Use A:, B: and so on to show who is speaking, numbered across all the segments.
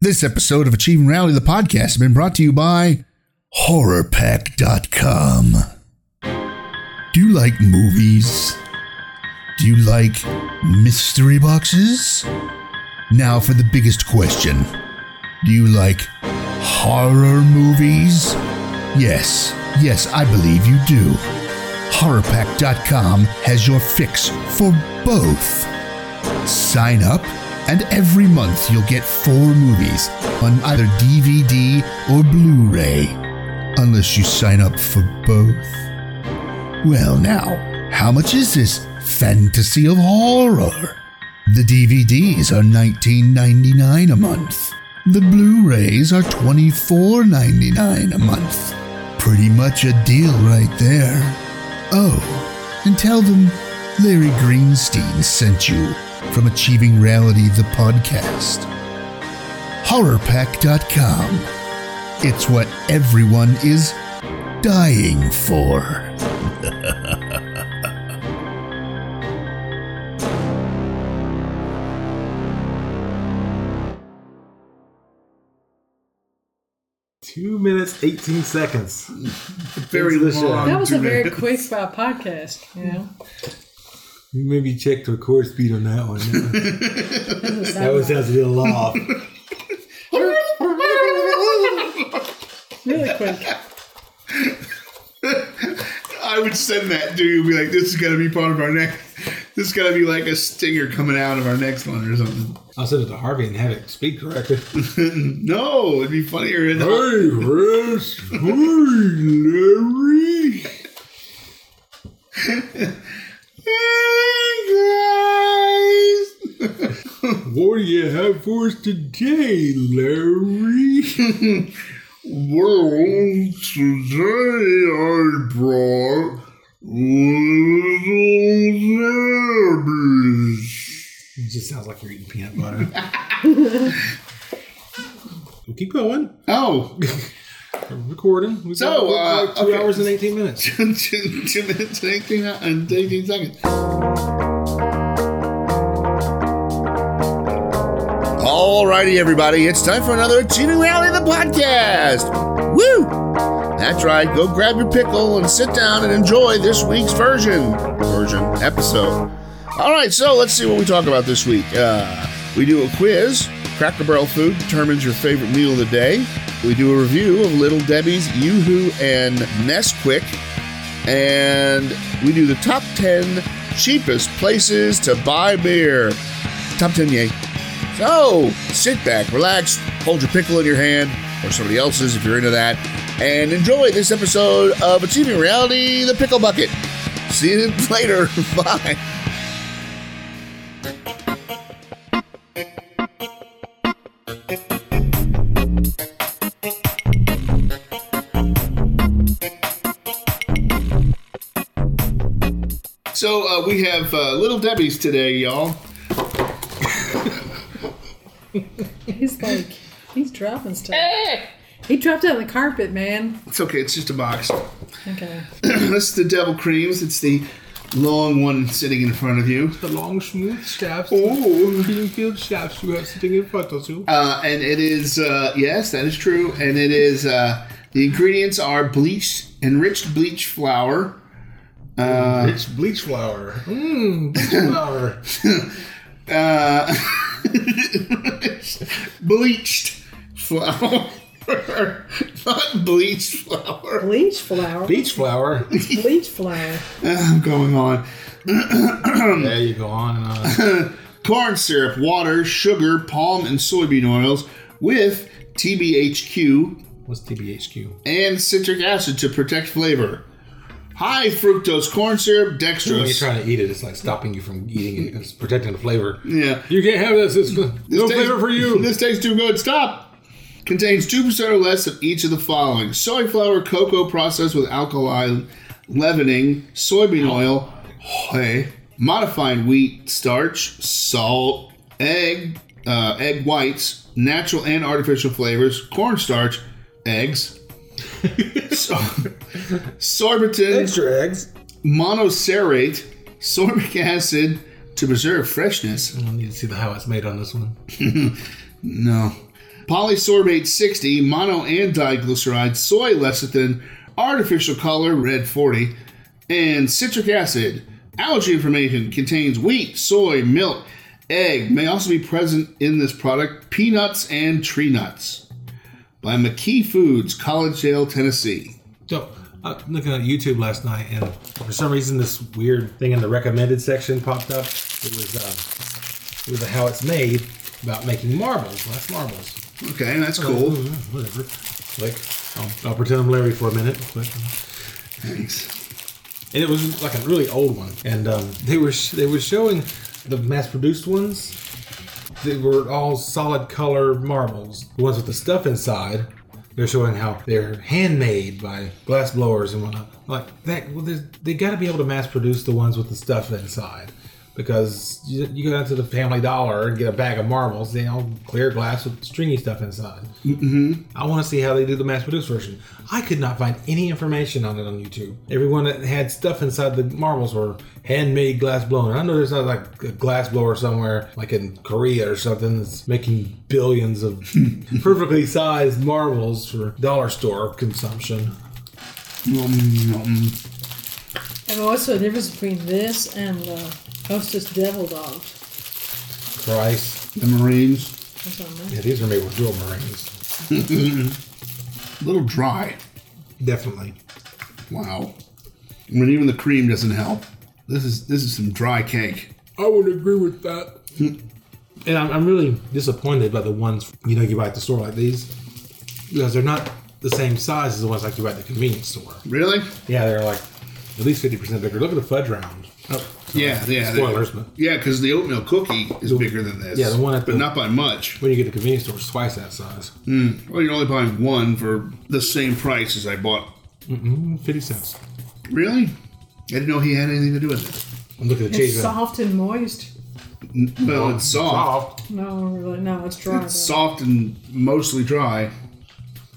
A: This episode of Achieving Rally, the podcast, has been brought to you by HorrorPack.com. Do you like movies? Do you like mystery boxes? Now for the biggest question Do you like horror movies? Yes, yes, I believe you do. HorrorPack.com has your fix for both. Sign up, and every month you'll get four movies on either DVD or Blu ray, unless you sign up for both. Well, now, how much is this fantasy of horror? The DVDs are $19.99 a month. The Blu rays are $24.99 a month. Pretty much a deal right there. Oh, and tell them Larry Greenstein sent you from Achieving Reality, the podcast. HorrorPack.com. It's what everyone is dying for.
B: Two minutes, 18 seconds.
A: Very
B: It's the
A: long.
B: show.
C: That was a very quick spot podcast, you know.
B: You maybe check the record speed on that one. That always has to be a little off.
C: really quick.
D: I would send that dude be like, this is gonna be part of our next. This is gonna be like a stinger coming out of our next one or something.
B: I'll send it to Harvey and have it speak correctly.
D: No, it'd be funnier. In
B: Chris. Hey, Larry.
D: Hey guys!
B: What do you have for us today, Larry?
D: well, today I brought little zombies.
B: It just sounds like you're eating peanut butter. Well, Keep going.
D: Oh,
B: We're recording. We've
D: So,
B: we're
D: uh,
B: like two
D: okay.
B: hours and 18 minutes.
D: two, two minutes and 18, and 18 seconds. Alrighty, everybody, it's time for another Achieving Rally the podcast. Woo! That's right, go grab your pickle and sit down and enjoy this week's version, version, episode. Alright, so let's see what we talk about this week. Uh, we do a quiz. Cracker Barrel food determines your favorite meal of the day. We do a review of Little Debbie's Yoo-Hoo and Nesquik. And we do the top 10 cheapest places to buy beer. Top 10, yay. So sit back, relax, hold your pickle in your hand, or somebody else's if you're into that, and enjoy this episode of Achieving Reality The Pickle Bucket. See you later. Bye. So uh, we have uh, Little Debbie's today, y'all.
C: He's like, he's dropping stuff. He dropped it on the carpet, man.
D: It's okay, it's just a box.
C: Okay.
D: this is the Devil Creams. It's the long one sitting in front of you.
B: The long, smooth shafts. Oh.
D: Ooh.
B: Greenfield shafts you have sitting in front of you.
D: Uh, and it is, uh, yes, that is true. And it is, uh, the ingredients are bleached, enriched bleach flour,
B: It's bleach flour. Mmm, bleach flour.
D: uh, bleached flour, not bleached flour.
C: Bleach flour.
B: Beach flour.
C: Bleach flour.
D: I'm going on.
B: yeah, you go on and on.
D: corn syrup, water, sugar, palm and soybean oils with TBHQ
B: What's TBHQ?
D: and citric acid to protect flavor. High fructose corn
B: When
D: syrup,
B: you're
D: dextrose.
B: trying to eat it, it's like stopping you from eating it. It's protecting the flavor.
D: yeah.
B: You can't have this. It's no
D: This tastes-
B: flavor for you.
D: This tastes too good. Stop. Contains 2% or less of each of the following soy flour, cocoa processed with alkali leavening, soybean oil, hey, modified wheat starch, salt, egg, uh, egg whites, natural and artificial flavors, cornstarch, eggs, so, sorbitan,
B: Extra eggs.
D: monocerate, sorbic acid to preserve freshness.
B: I need to see the how it's made on this one.
D: No. polysorbate 60, mono and diglyceride, soy lecithin, artificial color, red 40, and citric acid. Allergy information contains wheat, soy, milk, egg, may also be present in this product, peanuts, and tree nuts. By McKee Foods, Collegedale, Tennessee.
B: So I'm looking at YouTube last night, and for some reason, this weird thing in the recommended section popped up. It was um, it was a how it's made about making marbles, glass marbles.
D: Okay, that's cool.
B: Ooh, Whatever. Click. I'll, I'll pretend I'm Larry for a minute. Click.
D: Thanks.
B: And it was like a really old one, and um, they were sh- they were showing the mass-produced ones. They were all solid color marbles. The ones with the stuff inside, they're showing how they're handmade by glass blowers and whatnot. Like that, well, they, they got to be able to mass-produce the ones with the stuff inside, because you, you go down to the Family Dollar and get a bag of marbles, they all clear glass with stringy stuff inside. I want to see how they do the mass produced version. I could not find any information on it on YouTube. Everyone that had stuff inside the marbles were handmade glass blown. I know there's not like a glass blower somewhere, like in Korea or something, that's making billions of perfectly sized marbles for dollar store consumption.
D: Mm,
C: And what's the difference between this and the Hostess Devil Dog?
B: Christ.
D: The Marines,
C: That's what I meant.
B: Yeah, these are made with real Marines.
D: a little dry.
B: Definitely.
D: Wow. When even the cream doesn't help. This is this is some dry cake.
B: I would agree with that. And I'm, I'm really disappointed by the ones you know you buy at the store like these because they're not the same size as the ones like you buy at the convenience store.
D: Really?
B: Yeah, they're like at least fifty percent bigger. Look at the fudge round. Oh,
D: Yeah, yeah. they-
B: spoilers, but
D: Yeah, because the oatmeal cookie is bigger than this.
B: yeah, the one at
D: but
B: the-
D: not by much.
B: when you get to convenience store, it's twice that size.
D: Well, you're only buying one for the same price as I bought.
B: Mm, Fifty cents.
D: Really? I didn't know he had anything to do with it.
B: And look at the cheese.
C: It's soft and moist.
D: Well, it's soft.
C: No, really, no, it's dry.
D: It's
C: though.
D: soft and mostly dry.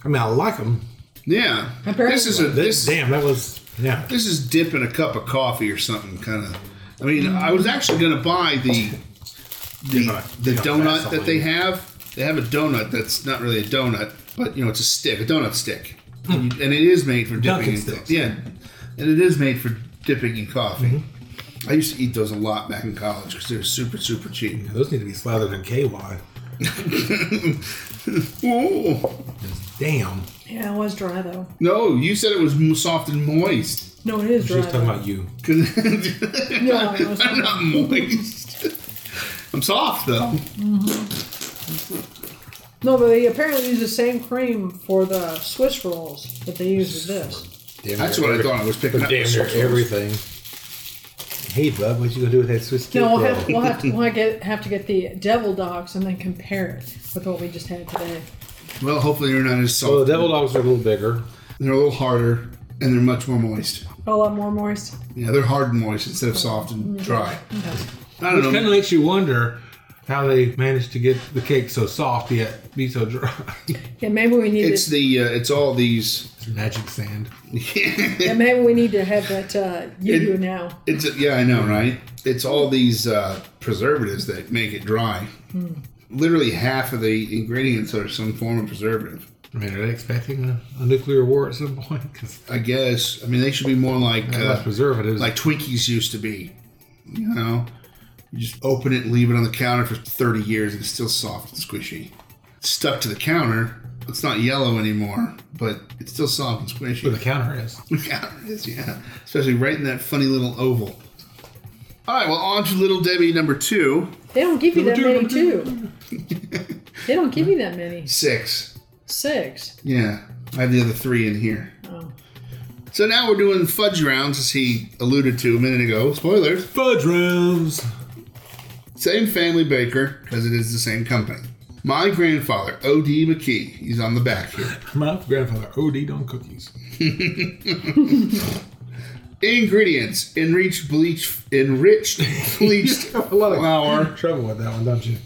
B: I mean, I like them.
D: Yeah.
C: Apparently-
D: This is a this
B: Damn, that was yeah.
D: this is dip in a cup of coffee or something kind of. I mean, I was actually gonna buy the the,
B: Donut.
D: the
B: Yeah,
D: donut
B: that's
D: that they have. They have a donut that's not really a donut, but you know, it's a stick, a donut stick, and you- and it is made for dipping.
B: Hmm. Dunkin'
D: in
B: sticks.
D: Yeah, and it is made for dipping in coffee.
B: Mm-hmm.
D: I used to eat those a lot back in college because they were super, super cheap.
B: Yeah, Those need to be slathered in KY. Mm-hmm.
D: Oh
B: Damn.
C: Yeah, it was dry though.
D: no, you said it was m- soft and moist.
C: No, it is
B: She
C: dry.
B: was talking
C: Though.
B: about you.
D: 'Cause-
C: No, I was
D: I'm
C: talking
D: not moist. I'm soft though.
C: No, but they apparently use the same cream for the Swiss rolls that they use for this.
B: Damn
D: That's
B: near
D: what I
B: every-
D: thought I was picking up.
B: Damn near everything. Hey, bub, what you gonna do with that Swiss cake
C: No, we'll
B: roll?
C: have, we'll have to we'll get, have to get the devil dogs and then compare it with what we just had today.
D: Well, hopefully they're not as soft.
B: Well, the devil dogs are a little bigger.
D: They're a little harder and they're much more moist.
C: A lot more moist.
D: Yeah, they're hard and moist instead of soft and dry.
C: Okay.
D: I
B: Which
D: don't
B: kind of
D: know.
B: makes you wonder how they managed to get the cake so soft yet be so dry.
C: Yeah, maybe we need
D: It's
C: to,
D: the uh, it's all these.
B: Magic sand.
C: yeah, maybe we need to have that uh, you do now.
D: It's yeah, I know, right? It's all these uh, preservatives that make it dry. Literally half of the ingredients are some form of preservative.
B: I mean, are they expecting a, a nuclear war at some point? Because
D: I guess. I mean, they should be more like uh,
B: preservatives.
D: like Twinkies used to be. You know, you just open it and leave it on the counter for 30 years and it's still soft and squishy. It's stuck to the counter. It's not yellow anymore, but it's still soft and
B: where the
D: squishy.
B: counter is.
D: yeah, it is, yeah. Especially right in that funny little oval. All right, well, on to Little Debbie number two,
C: They don't give you that
B: Number
C: many
B: two,
C: too. They don't give you that many.
D: six.
C: Six.
D: Yeah, I have the other three in here.
C: Oh.
D: So now we're doing fudge rounds, as he alluded to a minute ago. Spoilers.
B: Fudge rounds.
D: Same family baker, because it is the same company. My grandfather, O.D. McKee, he's on the back here,
B: My grandfather OD'd on cookies.
D: Ingredients: enriched bleach, enriched bleached
B: A lot of
D: flour,
B: trouble with that one, don't you?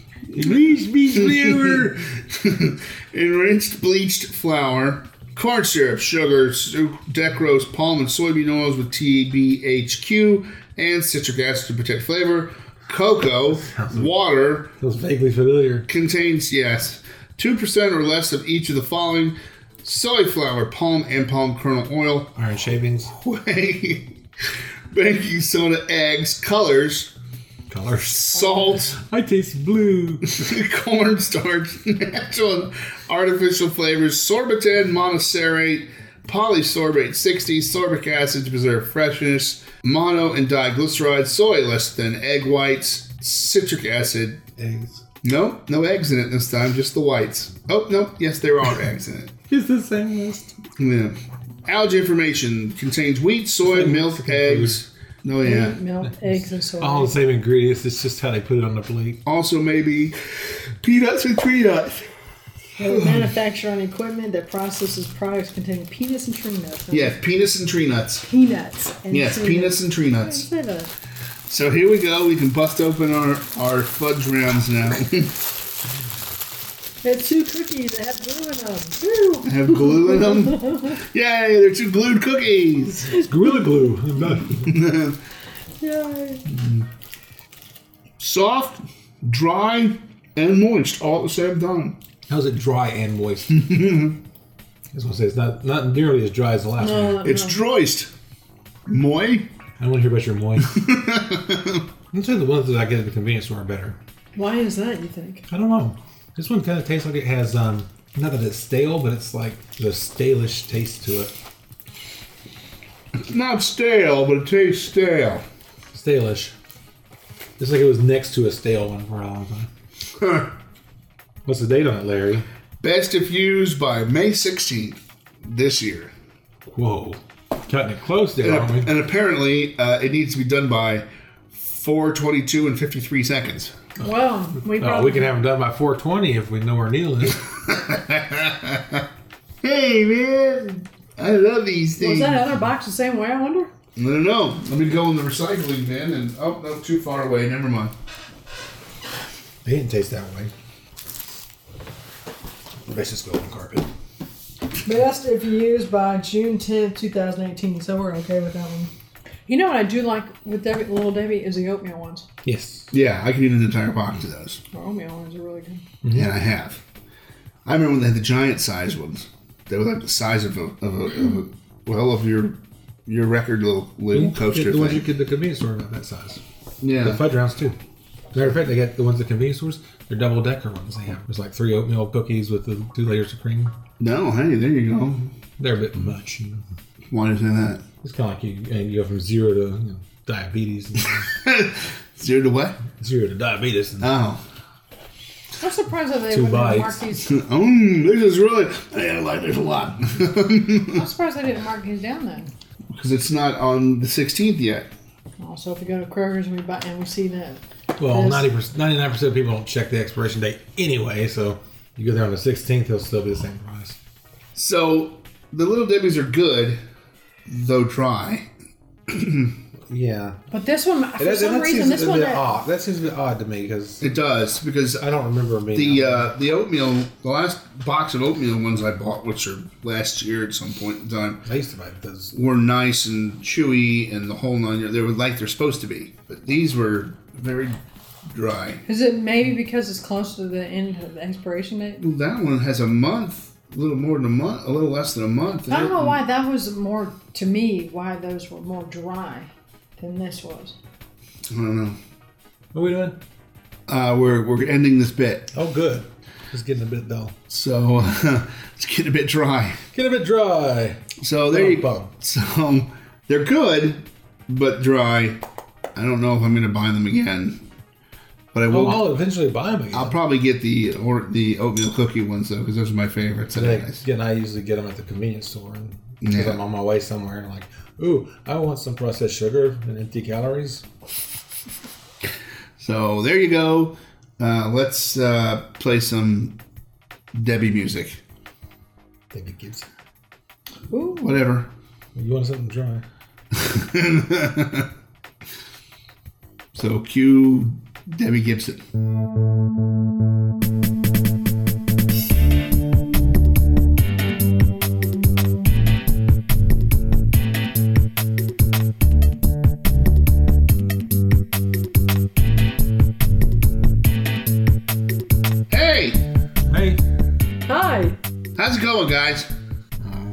B: Please be clearer.
D: enriched bleached flour, corn syrup, sugar, su- decrose, palm and soybean oils with TBHQ and citric acid to protect flavor, cocoa, water
B: Feels vaguely familiar.
D: contains yes, 2% or less of each of the following cauliflower, palm, and palm kernel oil,
B: Iron shavings,
D: whey, baking soda, eggs, colors,
B: colors.
D: salt,
B: I taste blue.
D: cornstarch, natural and artificial flavors, sorbitan, monoserate, polysorbate 60, sorbic acid to preserve freshness, mono and diglycerides, soy less than egg whites, citric acid.
B: Eggs.
D: No, no eggs in it this time, just the whites. Oh, no, yes, there are eggs in it.
B: It's the same list.
D: Yeah. Algae information contains wheat, soy, milk, eggs. No, yeah. Oh.
C: Milk, eggs, and soy.
B: All the Oh, same ingredients. It's just how they put it on the plate.
D: Also, maybe peanuts and tree nuts.
C: They manufacture on equipment that processes products containing peanuts and tree nuts.
D: Yeah, peanuts and tree nuts.
C: Peanuts. And
D: Yes,
C: tree
D: peanuts and tree nuts.
C: nuts. Instead of-
D: So here we go. We can bust open our, our fudge rounds now.
C: They're two cookies that have glue in them. Woo!
D: Have glue in them. Yay, they're two glued cookies.
B: It's Gorilla Glue. No.
C: Yay.
D: Soft, dry, and moist all at the same time.
B: How's it dry and moist? I was gonna say it's not not nearly as dry as the last one.
C: No,
D: It's
C: no.
D: droist. Moy?
B: I don't want to hear about your moist. I'm saying the ones that I get at the convenience store are better.
C: Why is that, you think?
B: I don't know. This one kind of tastes like it has um not that it's stale, but it's like the stalish taste to it.
D: It's not stale, but it tastes stale.
B: Stalish. It's like it was next to a stale one for a long time.
D: Huh.
B: What's the date on it, Larry?
D: Best if used by May 16th this year.
B: Whoa, cutting it close there, aren't
D: And,
B: we?
D: and apparently, uh, it needs to be done by 422 and 53 seconds.
C: Well, we
B: Oh,
C: probably
B: we can have them done by 420 if we know our needle is.
D: Hey, man. I love these things.
C: Was that other box the same way, I wonder?
D: No, no, no. Let me go in the recycling bin and oh no, too far away. Never mind.
B: They didn't taste that way. Let's just go on carpet.
C: Best if used by June 10th, 2018. So we're okay with that one. You know what I do like with Debbie, Little Debbie is the oatmeal ones.
B: Yes.
D: Yeah, I could eat an entire box of those,
C: The oatmeal ones are really good.
D: and I have. I remember when they had the giant size ones. They were like the size of a, of a, of a well of your your record little little coaster
B: the ones you
D: thing.
B: get at the convenience store about that size. The
D: Yeah,
B: fudge rounds too. Matter of fact, they got the ones at convenience stores. They're double decker ones. They have. There's like three oatmeal cookies with the two layers of cream.
D: no, hey, there you go.
B: They're a bit much. You know.
D: Why is that?
B: It's kind of like you and you go from zero to you know, diabetes, and
D: Zero to what?
B: zero to diabetes. And
D: Oh,
C: I'm surprised that they
B: Two
C: wouldn't
B: bites.
C: have mark these.
D: mm, this is really. I like this a lot
C: I'm surprised they didn't mark these down then.
D: because it's not on the 16th yet.
C: Also, if we go to Kroger's and we buy and we see that,
B: well,
C: Yes.
B: 90 99 percent of people don't check the expiration date anyway. So you go there on the 16th, it'll still be the same price.
D: So the little debbies are good, though dry.
B: Yeah,
C: but this one for
B: that,
C: some
B: that
C: reason
B: seems
C: this
B: a
C: one
B: bit
C: that,
B: odd. That seems a bit odd to me because
D: It does because
B: I don't remember them being
D: the
B: out.
D: uh, the oatmeal, the last box of oatmeal ones I bought, which are last year at some point in time,
B: I used to buy those.
D: were nice and chewy and the whole nine. yards. They were like they're supposed to be, but these were very dry.
C: is it maybe because it's close to the end of the expiration date?
D: Well, that one has a month, a little more than a month, a little less than a month.
C: I don't know why that was more to me. Why those were more dry than this was.
D: I don't know.
B: What are we doing?
D: Uh, we're we're ending this bit,
B: Oh, good. It's getting a bit dull.
D: so it's getting a bit dry.
B: Get a bit dry.
D: So there you
B: Bum, bum.
D: So um, they're good, but dry. I don't know if I'm going to buy them again, but I will.
B: Well, I'll eventually buy them again.
D: I'll probably get the or the oatmeal cookie ones though, because those are my favorites.
B: Like,
D: Anyways.
B: again, I usually get them at the convenience store and because
D: Yeah.
B: I'm on my way somewhere and like, ooh, I want some processed sugar and empty calories.
D: So there you go. Uh, let's uh, play some Debbie music.
B: I think it gives.
C: Ooh,
D: Whatever.
B: You want something dry?
D: So cue Debbie Gibson. Hey,
B: Hey,
D: How's it going, guys?
B: Uh,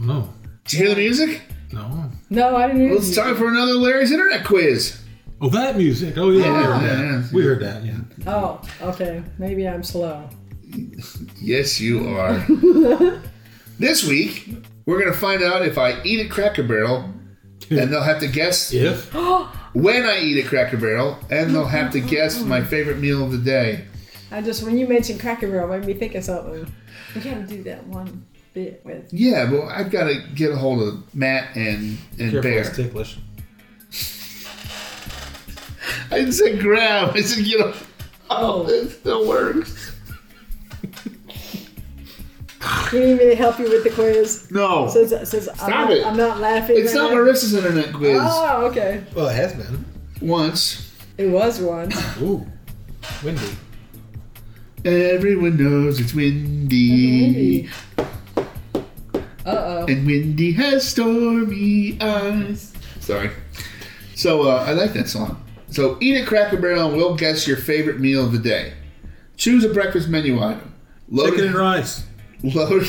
B: No,
D: Did you hear the music?
B: no.
C: No, I didn't.
D: Well,
C: Use
D: it's time for another Larry's Internet Quiz.
B: Oh, that music. Oh yeah, we heard that.
D: Yeah.
B: We heard that. Yeah.
C: Oh, okay. Maybe I'm slow.
D: Yes, you are. this week, we're going to find out if I eat a Cracker Barrel, and they'll have to guess
B: If
D: when I eat a Cracker Barrel, and they'll have to guess my favorite meal of the day.
C: I just when you mentioned Cracker Barrel, it made me think of something. We gotta do that one bit with.
D: Yeah, well, I've got to get a hold of Matt and, and
B: careful,
D: Bear.
B: it's ticklish.
D: I didn't say grab. I said get a
C: Oh,
D: It still works.
C: you need me to help you with the quiz?
D: No.
C: Says says I'm,
D: Stop
C: not,
D: it.
C: I'm not laughing.
D: It's not
C: right now.
D: Marissa's internet Ah. quiz.
C: Oh, okay.
B: Well, it has been.
D: Once.
C: It was one.
B: Ooh, windy.
D: Everyone knows it's windy.
C: Uh oh.
D: And windy has stormy eyes. Sorry. So uh, I like that song. So eat a Cracker Barrel and we'll guess your favorite meal of the day. Choose a breakfast menu item.
B: Chicken
D: Loaded,
B: and rice.
D: loaded,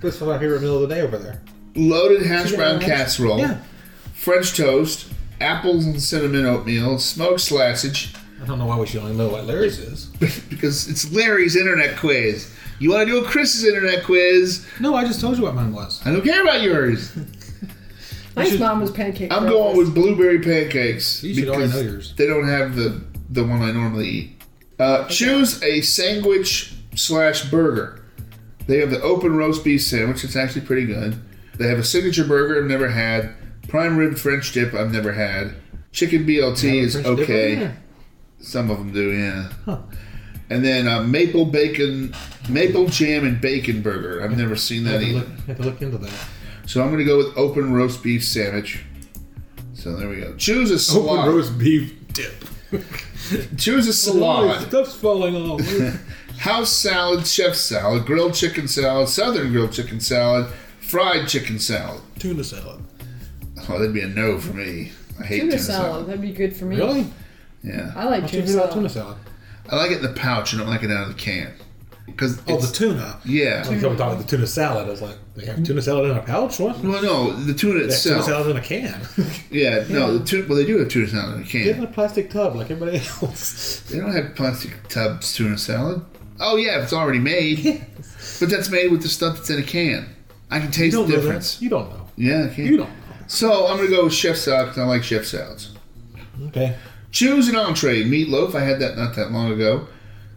B: That's my favorite meal of the day over there.
D: loaded hash
C: Chicken
D: brown
C: and rice?
D: casserole.
B: Yeah.
D: French toast. Apples and cinnamon oatmeal. Smoked sausage.
B: I don't know why we should only know what Larry's is.
D: because it's Larry's internet quiz. You want to do a Chris's internet quiz?
B: No, I just told you what mine was.
D: I don't care about yours.
C: Thanks,
B: should-
C: Mama's pancake.
D: I'm
C: breakfast.
D: going with blueberry pancakes
B: You should already know yours.
D: they don't have the the one I normally eat. Uh, Choose a sandwich slash burger. They have the open roast beef sandwich. It's actually pretty good. They have a signature burger I've never had. Prime rib French dip I've never had. Chicken BLT is
B: French dip over
D: okay.
B: there.
D: Some of them do, yeah.
B: Huh.
D: And then uh, maple bacon, maple jam and bacon burger. I've never seen
B: I have,
D: that
B: to
D: either.
B: look, I have to look into that.
D: So I'm gonna go with open roast beef sandwich. So there we go. Choose a salad.
B: Open roast beef dip.
D: Choose a
B: Oh,
D: salad.
B: stuff's falling all over.
D: House salad, chef salad, grilled chicken salad, southern grilled chicken salad, fried chicken salad.
B: Tuna salad.
D: Oh, that'd be a no for me. I hate
C: Tuna salad. That'd be good for me.
B: Really?
D: Yeah,
C: I like
B: What you
C: tuna
B: do about
C: salad.
B: tuna salad?
D: I like it in the pouch. I don't like it out of the can. Because
B: Oh, the tuna.
D: yeah.
B: Like, I was talking about the tuna salad. I was like, they have tuna salad in a pouch? What? They
D: Well, no, the tuna
B: have tuna
D: itself.
B: salad in a can.
D: Yeah, no, the tuna. Well, they do have tuna salad in a can.
B: Get in a plastic tub like everybody else.
D: They don't have plastic tubs tuna salad. Oh yeah, if it's already made. But that's made with the stuff that's in a can. I can
B: You
D: taste the
B: don't know
D: difference.
B: that. You don't know.
D: Yeah, I can.
B: You don't
D: So I'm gonna go with chef salad because I like chef salads.
B: know. Okay.
D: Choose an entree: meatloaf. I had that not that long ago.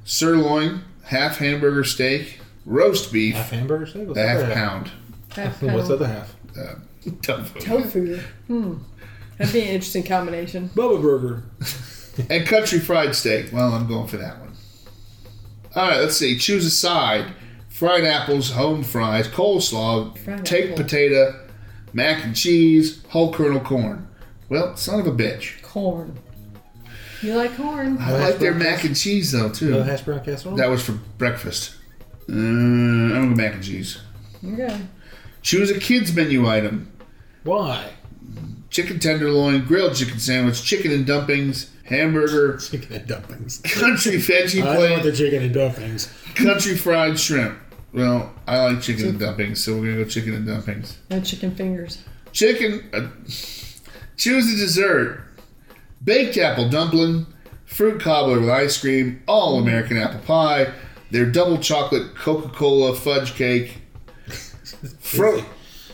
D: Sirloin, half hamburger steak, roast beef,
B: Half hamburger steak? What's
D: a
B: the
D: half
B: other
D: pound.
C: Half
B: half? What's the
C: pound
B: other half?
D: Uh, tofu.
C: tofu. Hmm. That'd be an interesting combination.
B: Bubba burger.
D: and country fried steak. Well, I'm going for that one. All right, let's see. Choose a side: fried apples, home fries, coleslaw,
C: Fried
D: take
C: apple.
D: potato, mac and cheese, whole kernel corn. Well, son of a bitch.
C: Corn. You like corn?
D: I
B: No
D: like
B: hash
D: their
B: browns?
D: mac and cheese though
B: Another
D: too.
B: hash brown casserole?
D: That was for breakfast. Uh, I'm gonna go mac and cheese.
C: Okay.
D: Choose a kids menu item:
B: Why?
D: chicken tenderloin, grilled chicken sandwich, chicken and dumplings, hamburger,
B: Chicken and dumplings.
D: country veggie
B: I want
D: plate,
B: the chicken and dumplings.
D: country fried shrimp. Well, I like chicken and dumplings, so we're gonna go chicken and dumplings.
C: No chicken fingers.
D: Chicken. Uh, choose a dessert: baked apple dumpling, fruit cobbler with ice cream, all American apple pie, their double chocolate Coca-Cola fudge cake. Fro-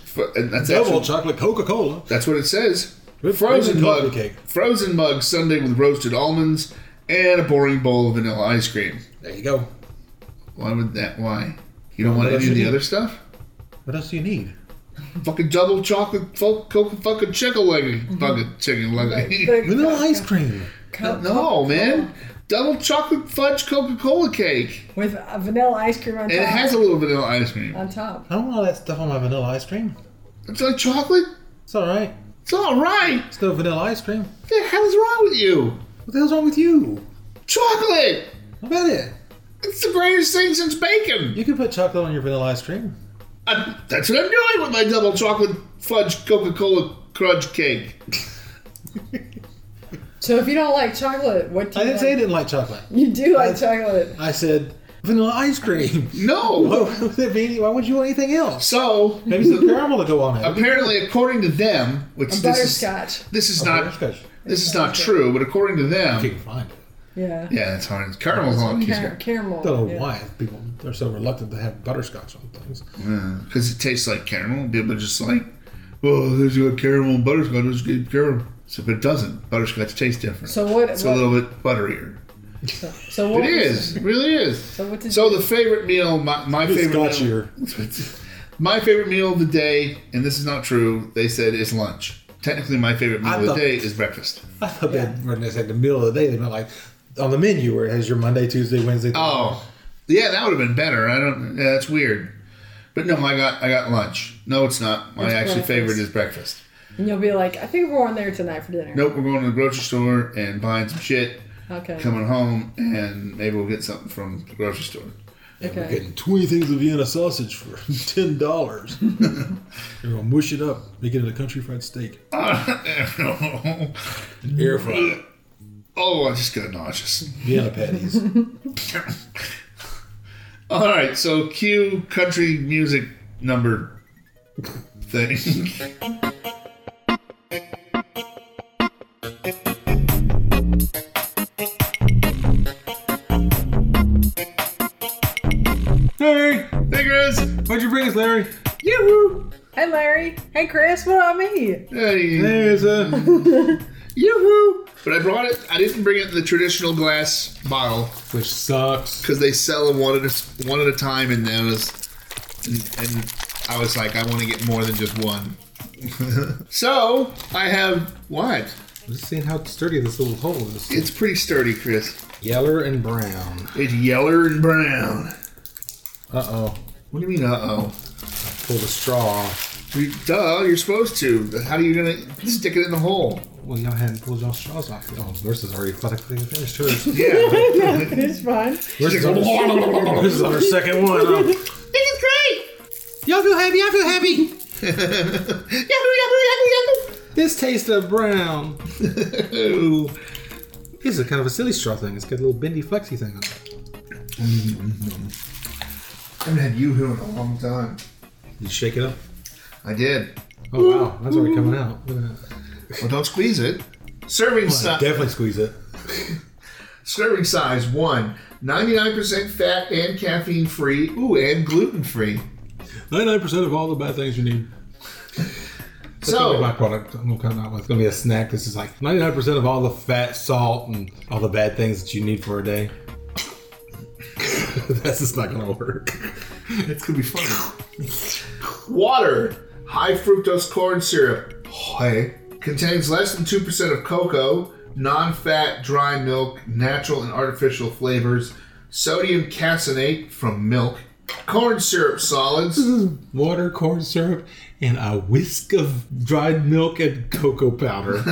D: fu- and that's
B: Double
D: actually,
B: chocolate Coca Cola.
D: that's what it says.
B: With
D: Frozen
B: coffee
D: mug,
B: cake.
D: frozen mug Sunday with roasted almonds and a boring bowl of vanilla ice cream.
B: There you go.
D: Why would that? Why? You don't want
B: what
D: any
B: else
D: of
B: you
D: the
B: need?
D: other stuff?
B: What else do you need?
D: Fucking double chocolate fo- coca fucking chicken leg, fucking chicken leg.
B: Vanilla ice cream.
C: Co-
D: no, man. Double chocolate fudge Coca Cola cake,
C: With uh, vanilla ice cream on
D: and it
C: top.
D: has a little vanilla ice cream.
C: on top.
B: I don't want all that stuff on my vanilla ice cream.
D: It's like chocolate.
B: It's all right.
D: It's all right.
B: It's still vanilla ice cream.
D: What the hell's wrong with you?
B: What the hell's wrong with you?
D: Chocolate.
B: I bet it.
D: It's the greatest thing since bacon.
B: You can put chocolate on your vanilla ice cream.
D: I, that's what I'm doing with my double chocolate fudge Coca Cola crudge cake.
C: So if you don't like chocolate, what do
B: I
C: you
B: didn't
C: like?
B: say I didn't like chocolate.
C: You do like chocolate.
B: I said
E: vanilla ice cream.
D: No.
E: Why would it be any- why would you want anything else?
D: So
E: Maybe some caramel to go on it.
D: apparently, according to them, which this is,
C: Butterscotch.
D: this is
E: A
D: not
E: butterscotch.
D: this is not true, but according to
E: If you
D: them,
E: can find it.
C: Yeah.
D: yeah, it's hard. Caramel's on
C: Car- caramel.
E: I don't know
C: yeah.
E: why people are so reluctant to have butterscotch on things.
D: because it tastes like caramel. People are just like, oh, there's got caramel and butterscotch. Let's get caramel. So, but it doesn't. Butterscotch tastes different.
C: So what?
D: it's
C: what-
D: a little bit butterier.
C: so, so what
D: It
C: was-
D: is. It really is.
C: So what did
D: So
C: you-
D: the favorite meal, my, my
E: It's
D: favorite
E: scotchier.
D: meal, my favorite meal of the day, and this is not true. They said is lunch. Technically, my favorite meal
E: I
D: of the
E: thought-
D: day is breakfast.
E: I thought they that when they said the middle of the day, they meant like on the menu where it has your Monday, Tuesday, Wednesday.
D: Oh, yeah, that would have been better. I don't. Yeah, that's weird. But no, I got I got lunch. No, it's not. My
C: It's
D: actually
C: breakfast.
D: favorite is breakfast.
C: And you'll be like, I think we're going there tonight for dinner.
D: Nope, we're going to the grocery store and buying some shit.
C: Okay.
D: Coming home and maybe we'll get something from the grocery store.
E: and we're
C: okay.
E: getting twenty things of Vienna sausage for ten dollars. You're gonna mush it up, make it a country fried steak, air fried
D: oh, I just got nauseous.
E: Vienna patties.
D: All right, so cue country music number thing.
E: hey,
D: hey, Chris.
E: what'd you bring us, Larry?
D: Yoo-hoo.
C: Hey, Larry. Hey, Chris. What about me?
D: Hey.
E: There's a
D: Yoo-hoo. But I brought it. I didn't bring it in the traditional glass bottle
E: which sucks.
D: because they sell them one at a, one at a time in those. And, and I was like, I want to get more than just one. so I have what?
E: I'm just seeing how sturdy this little hole is.
D: It's pretty sturdy, Chris.
E: Yeller and brown.
D: It's yeller and brown.
E: Uh oh.
D: What do you mean? Uh oh.
E: Pull the straw off.
D: You- Duh, you're supposed to. How are you gonna stick it in the hole?
E: Well, y'all hadn't pulled y'all straws off. Oh, nurse is already fucking finished hers.
D: Yeah.
C: it's fine.
E: This is our- this is our second one. This is great. Y'all feel happy. I feel happy. This tastes of brown.
D: Ooh.
E: This is kind of a silly straw thing. It's got a little bendy, flexy thing on it.
D: I haven't had you hoo in a long time.
E: You shake it up.
D: I did.
E: Oh wow, that's already coming out. Look at that.
D: Well, don't squeeze it. Serving size.
E: Definitely squeeze it.
D: serving size one. 99% fat and caffeine free. Ooh, and gluten free.
E: Ninety-nine percent of all the bad things you need. That's gonna be my
D: So,
E: product. I'm gonna come out with. It's gonna be a snack. This is like ninety-nine percent of all the fat, salt, and all the bad things that you need for a day. that's just not gonna work.
D: it's gonna be fun. Water, high fructose corn syrup. Hey. Contains less than 2% of cocoa, non fat, dry milk, natural and artificial flavors, sodium caseinate from milk, corn syrup solids.
E: Water, corn syrup, and a whisk of dried milk and cocoa powder.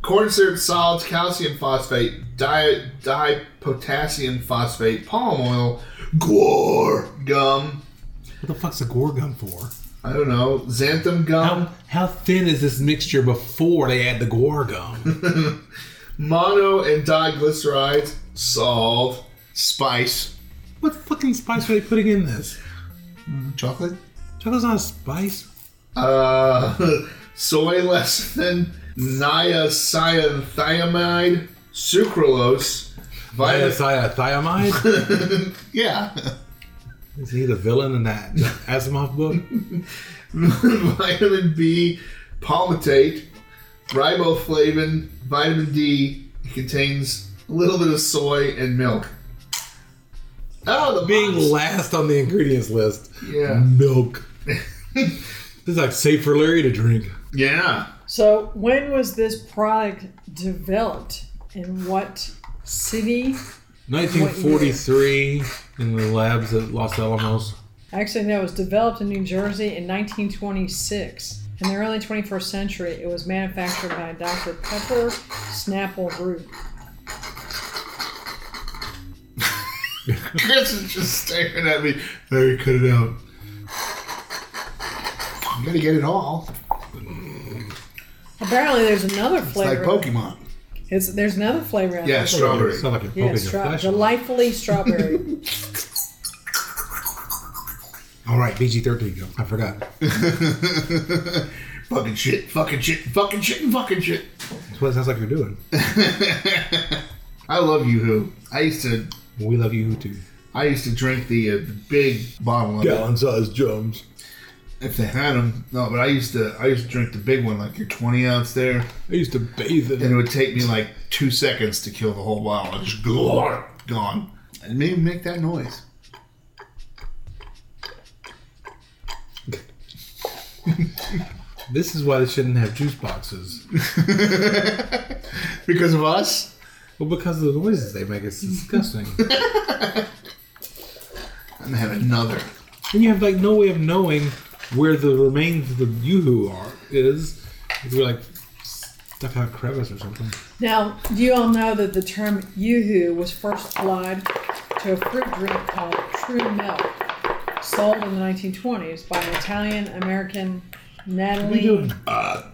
D: corn syrup solids, calcium phosphate, di- dipotassium phosphate, palm oil, gore gum.
E: What the fuck's a gore gum for?
D: I don't know, xanthan
E: How,
D: gum,
E: how thin is this mixture before they add the gore gum?
D: mono and diglycerides, salt, spice,
E: what fucking spice are they putting in this?
D: chocolate,
E: Chocolate's not a spice.
D: uh, soy lecithin, niacinamide, sucralose, vitamin.
E: Thiamide?
D: yeah.
E: is he the villain in that Asimov book?
D: vitamin B, palmitate, riboflavin, vitamin D. It contains a little bit of soy and milk. Oh, the
E: Being
D: box.
E: last on the ingredients list.
D: yeah,
E: Milk. this is like safe for Larry to drink.
D: yeah.
C: So, when was this product developed? In what city?
E: 1943 in the labs at Los Alamos.
C: Actually, no, it was developed in New Jersey in 1926. In the early 21st century, it was manufactured by Dr. Pepper Snapple Group.
D: Chris is just staring at me. Larry, cut it out. You gotta get it all.
C: Apparently, there's another
D: Like
C: flavor.
D: Pokemon.
C: It's- there's another flavor. out
D: Yeah,
C: there.
D: strawberry.
E: It's not like you're
C: Yeah,
E: poking
C: stra-
E: a flesh.
C: delightfully strawberry.
E: All right, BG thirteen. Go. I forgot.
D: fucking shit, fucking shit, fucking shit, and fucking shit.
E: That's what it sounds like you're doing.
D: I love you, who. I used to,
E: We love you too.
D: I used to drink the uh, big bottle of it
E: sized drums.
D: if they had them. No, but I used to, I used to drink the big one, like your twenty ounce there,
E: I used to bathe in
D: and
E: it.
D: it would take me like two seconds to kill the whole bottle. It's just glor, gone. I didn't even make that noise.
E: This is why they shouldn't have juice boxes.
D: Because of us?
E: well, because of the noises they make, it's disgusting.
D: I'm gonna have another.
E: and you have like no way of knowing where the remains of the yoo-hoo are is. We're like stuck out a crevice or something.
C: Now, do you all know that the term yoo-hoo was first applied to a fruit drink called True Milk, sold in the 1920s by an Italian-American
E: What are you
C: Natalie
E: doing?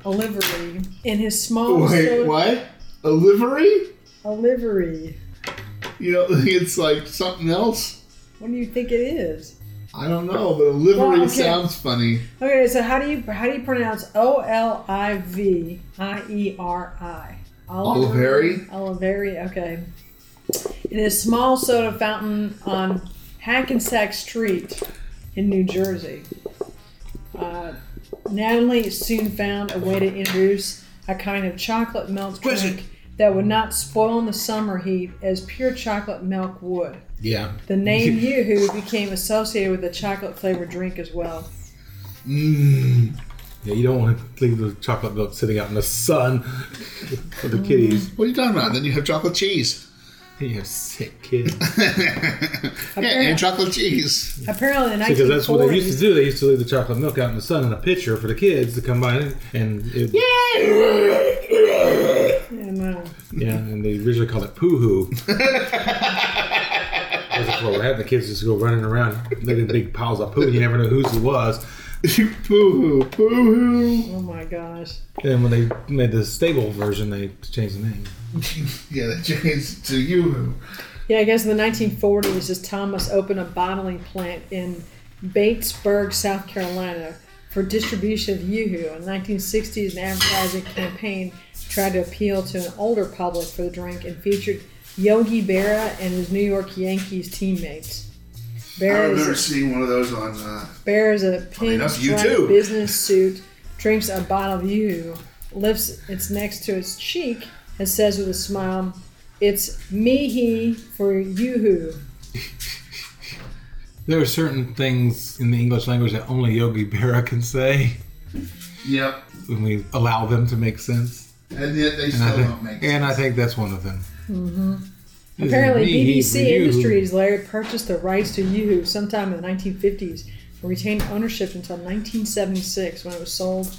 C: Olivery in his small
D: Wait,
C: soda-
D: what? A livery?
C: Olivery.
D: You know, it's like something else.
C: What do you think it is?
D: I don't know, but a livery
C: Well, okay.
D: sounds funny.
C: Okay, so how do you how do you pronounce O L I V I E R I?
D: Oliveri?
C: Oliveri, okay. In a small soda fountain on Hackensack Street in New Jersey, uh, Natalie soon found a way to introduce a kind of chocolate milk drink that would not spoil in the summer heat as pure chocolate milk would.
E: Yeah.
C: The name Yoo-Hoo became associated with the chocolate flavored drink as well.
E: Yeah, you don't want to leave the chocolate milk sitting out in the sun for the kiddies.
D: What are you talking about? Then you have chocolate cheese.
E: You have sick kids.
D: Yeah, and chocolate cheese.
C: Apparently, in
E: Because that's what they used to
C: 1940s,
E: do. They used to leave the chocolate milk out in the sun in a pitcher for the kids to come by and, and it, yeah.
C: and, uh,
E: and they originally called it poo hoo. that's what would happen. The kids just go running around looking at big piles of poo. You never know whose it was.
D: poo hoo, poo hoo.
C: oh my gosh,
E: And when they made the stable version, they changed the name.
D: Yeah, that changed to you.
C: yeah, I guess in the 1940s, as Thomas opened a bottling plant in Batesburg, South Carolina, for distribution of yoo-hoo. In 1960s, an advertising campaign tried to appeal to an older public for the drink and featured Yogi Berra and his New York Yankees teammates.
D: I
C: Berra is
D: remember seeing one of those on. Uh,
C: bears a
D: mean,
C: pink
D: that's you
C: striped
D: too.
C: business suit, drinks a bottle of yoo-hoo, lifts its next to its cheek, and says with a smile, "It's me he for yoo-hoo."
E: There are certain things in the English language that only Yogi Berra can say
D: yep.
E: when we allow them to make sense.
D: And yet they
E: And I
D: still don't make
E: think, and I think that's one of them. Mm-hmm.
C: Apparently, BBC Industries later purchased the rights to yoo-hoo sometime in the 1950s and retained ownership until 1976 when it was sold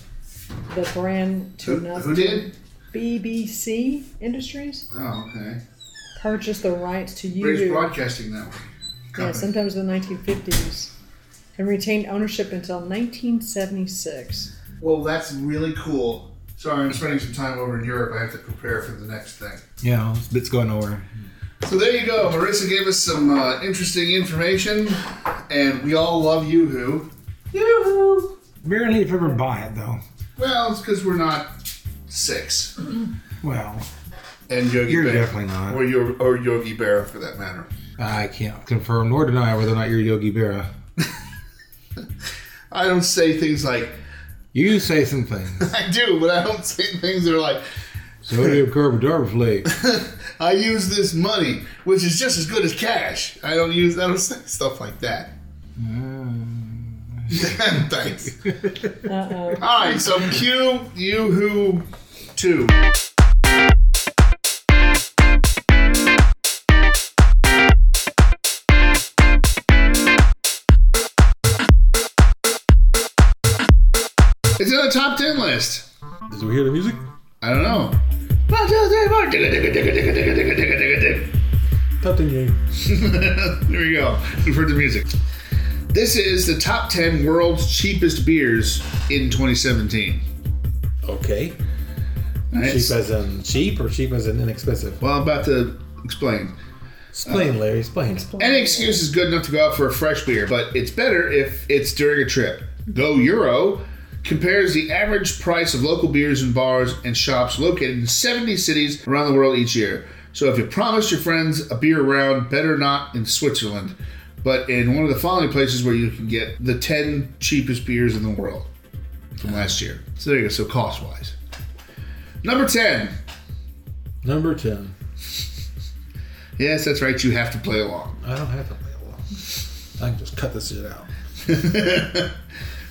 C: the brand to
D: Who,
C: another.
D: who did?
C: BBC Industries
D: Oh, okay.
C: purchased the rights to yoo-hoo.
D: British Broadcasting Network.
C: Yeah,
D: Company.
C: sometimes in the 1950s, and retained ownership until 1976.
D: Well, that's really cool. Sorry, I'm spending some time over in Europe. I have to prepare for the next thing.
E: Yeah, bits going nowhere.
D: So there you go. Marissa gave us some uh, interesting information, and we all love Yoo-Hoo. Yoo-Hoo!
E: Barely if ever buy it though.
D: Well, it's because we're not six.
E: Well,
D: And Yogi
E: You're
D: Bear.
E: definitely not.
D: Or, Yo- or Yogi Bear, for that matter.
E: I can't confirm nor deny whether or not you're Yogi Berra.
D: I don't say things like,
E: You say some things.
D: I do, but I don't say things that are like,
E: Sodium carbodarflate.
D: I use this money, which is just as good as cash. I don't use, I don't say stuff like that. Mm. Thanks.
C: Uh-oh.
D: All right, so cue Yoo-Hoo 2. It's in the top 10 list.
E: Did we hear the music?
D: I don't know. One, two, three, four. Digga, digga, digga, digga, digga, digga, digga, digga, digga.
E: Captain Yang.
D: There we go. We've heard the music. This is the top 10 world's cheapest beers in 2017.
E: Okay.
D: All right,
E: Cheap as in cheap or cheap as in inexpensive?
D: Well, I'm about to explain.
E: Explain, Larry. Explain.
D: Any excuse is good enough to go out for a fresh beer, but it's better if it's during a trip. Go Euro compares the average price of local beers in bars and shops located in 70 cities around the world each year. So if you promise your friends a beer round, better not in Switzerland, but in one of the following places where you can get the 10 cheapest beers in the world from last year. So there you go, so cost wise. Number 10.
E: Number ten.
D: Yes, that's right, you have to play along.
E: I don't have to play along. I can just cut this shit out.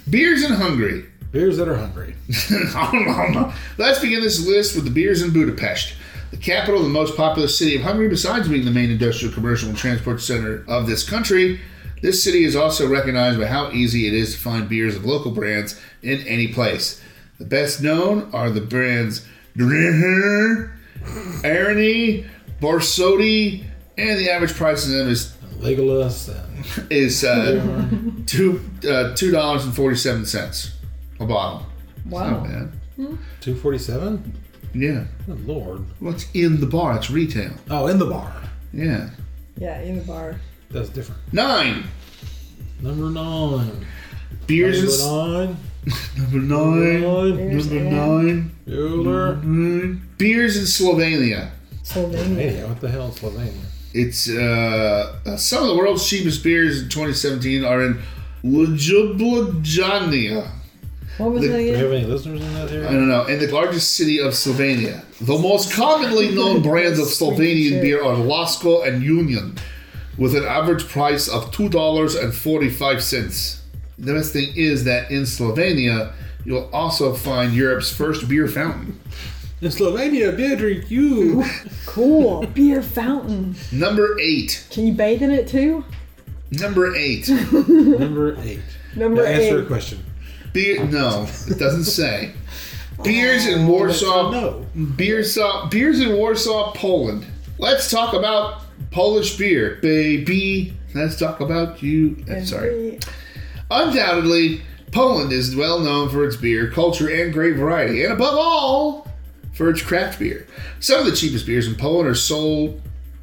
D: Beers in Hungary.
E: Beers that are hungry.
D: Let's begin this list with the beers in Budapest, the capital and most populous city of Hungary, besides being the main industrial, commercial, and transport center of this country. This city is also recognized by how easy it is to find beers of local brands in any place. The best known are the brands Dreher, Arany, Borsodi, and the average price of them is
E: Legolas and
D: is uh, two uh, two dollars and forty seven cents a bottle. Not
C: Wow.
D: bad.
E: 247?
D: Yeah.
E: Good lord.
D: What's in the bar? It's retail.
E: Oh, in the bar.
D: Yeah.
C: Yeah, in the bar.
E: That's different.
D: Nine.
E: Number nine.
D: Beers
E: Number
D: is
E: nine.
D: number nine.
E: Nine.
C: There's
D: Number
C: Ann
D: nine.
E: Bueller.
D: nine. Beers in Slovenia.
C: Slovenia.
E: Hey, what the hell is Slovenia?
D: It's uh, uh, some of the world's cheapest beers in 2017 are in Ljubljana.
C: What was
D: The-
C: it
E: Do we
C: again?
E: have any listeners in that
D: I
E: area?
D: don't know. In the largest city of Slovenia, the most commonly known brands of Slovenian beer are Lasko and Union, with an average price of two dollars and forty-five cents. The best thing is that in Slovenia, you'll also find Europe's first beer fountain.
E: In Slovenia, beer drink you.
C: Cool. Beer fountain.
D: Number eight.
C: Can you bathe in it too?
D: Number eight.
E: Number eight.
C: Number
E: Now answer a
C: eight.
E: question.
D: Beer. No, it doesn't say. Beers in Warsaw.
E: No.
D: Beers, uh, beers in Warsaw, Poland. Let's talk about Polish beer, baby. Let's talk about you. eh, Sorry. Undoubtedly, Poland is well known for its beer culture and great variety, and above all, for its craft beer. Some of the cheapest beers in Poland are sold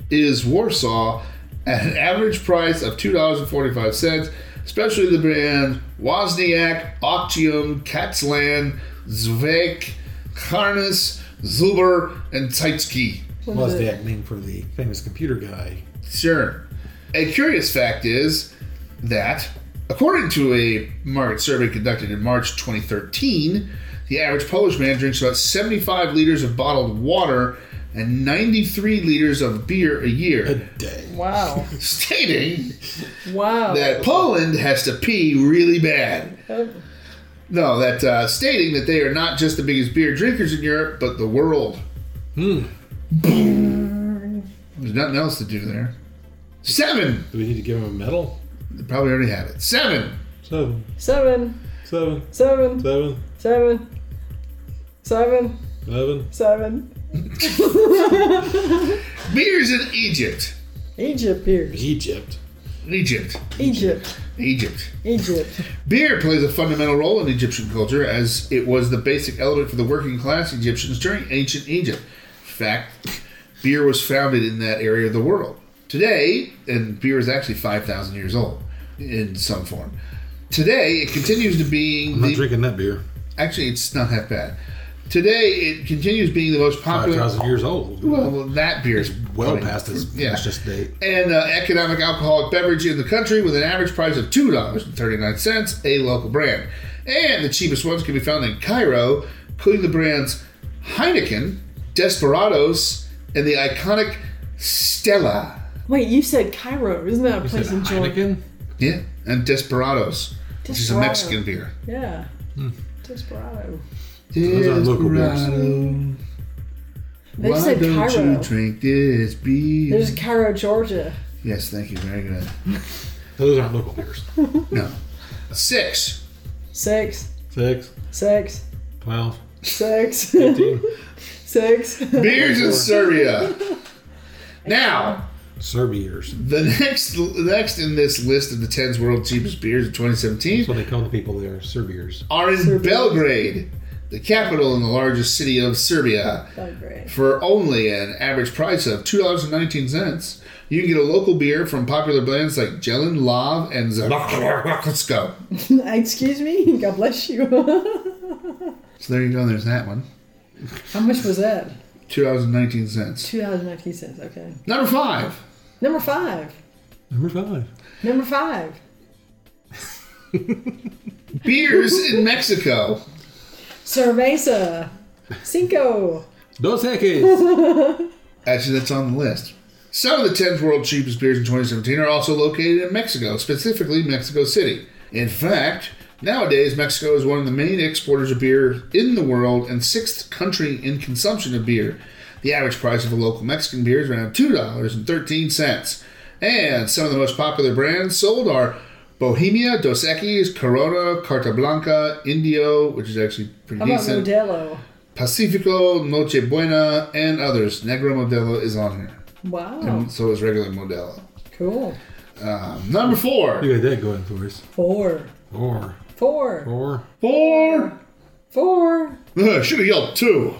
D: is Warsaw at an average price of two dollars and forty-five cents. Especially the brands Wozniak, Octium, Katzland, Zweck, Karnas, Zuber, and Teitzky.
C: What
E: Was
C: is
E: the
C: it?
E: act name for the famous computer guy?
D: Sure. A curious fact is that, according to a market survey conducted in March 2013, the average Polish man drinks about 75 liters of bottled water and 93 liters of beer a
E: A
D: year,
E: day.
C: Wow.
D: stating
C: Wow.
D: that Poland has to pee really bad.
C: Oh,
D: No, that uh, stating that they are not just the biggest beer drinkers in Europe, but the world.
E: Hmm.
D: There's nothing else to do there. Seven.
E: Do we need to give him a medal?
D: They probably already have it. Seven.
E: Seven.
C: seven,
E: Seven.
C: seven,
E: Seven.
C: seven, seven,
E: Eleven.
C: seven.
D: Beers in Egypt.
C: Egypt beers.
E: Egypt.
D: Egypt.
C: Egypt.
D: Egypt.
C: Egypt.
D: Beer plays a fundamental role in Egyptian culture as it was the basic element for the working class Egyptians during ancient Egypt. In fact, beer was founded in that area of the world. Today, and beer is actually 5,000 years old in some form. Today, it continues to be
E: I'm not
D: the,
E: drinking that beer.
D: actually it's not half bad. Today, it continues being the most
E: Five
D: popular.
E: thousand years old.
D: Well, that beer is
E: well
D: funny.
E: past its
D: Yeah.
E: just date.
D: and uh, economic alcoholic beverage in the country with an average price of two dollars and thirty nine cents, a local brand. And the cheapest ones can be found in Cairo, including the brands Heineken, Desperados, and the iconic Stella.
C: Wait, you said Cairo. Isn't that a place in Jordan?
E: Heineken?
D: Yeah, and Desperados, which is a
C: Desperado.
D: Mexican beer.
C: Yeah.
D: Hmm.
C: Desperado.
E: Those aren't local beers.
D: Desperado,
C: They
D: why
C: said
D: don't you
C: Cairo.
D: drink this beer?
C: There's Cairo, Georgia.
D: yes, thank you. Very good.
E: Those aren't local beers.
D: No, six.
C: Six,
E: Six.
C: six,
E: Twelve.
C: six,
E: Fifteen.
C: six.
D: Beers in Serbia. Now,
E: Serbiers. That's
D: The next, next in this list of the 10's world cheapest beers of 2017
E: what they call the people there. Serbiers.
D: are in
C: Serbia.
D: Belgrade, the capital and the largest
C: Oh,
D: city of Serbia,
C: Belgrade.
D: for only an average price of $2.19. You can get a local beer from popular blends like Jelen, Lav, and Zabarskotsko.
C: Excuse me. God bless you.
D: So there you go. There's that one.
C: How much was that?
D: Two dollars and nineteen cents.
C: Two dollars ninety cents. Okay.
D: Number five.
C: Number five.
E: Number five.
C: Number five.
D: Beers in Mexico.
C: Cerveza. Cinco.
E: Dos Equis.
D: Actually, that's on the list. Some of the 10 world's cheapest beers in 2017 are also located in Mexico, specifically Mexico City. In fact, nowadays Mexico is one of the main exporters of beer in the world and sixth country in consumption of beer. The average price of a local Mexican beer is around $2.13. And some of the most popular brands sold are Bohemia, Dos Equis, Corona, Carta Blanca, Indio, which is actually pretty
C: How about
D: decent.
C: Modelo?
D: Pacifico, Noche Buena, and others. Negro Modelo is on here.
C: Wow.
D: So is regular Modelo.
C: Cool.
D: Um, number four.
E: You got that going for us.
C: Four.
E: Or,
C: Four.
E: or.
D: Four.
C: Four.
D: Ugh, Should have yelled two.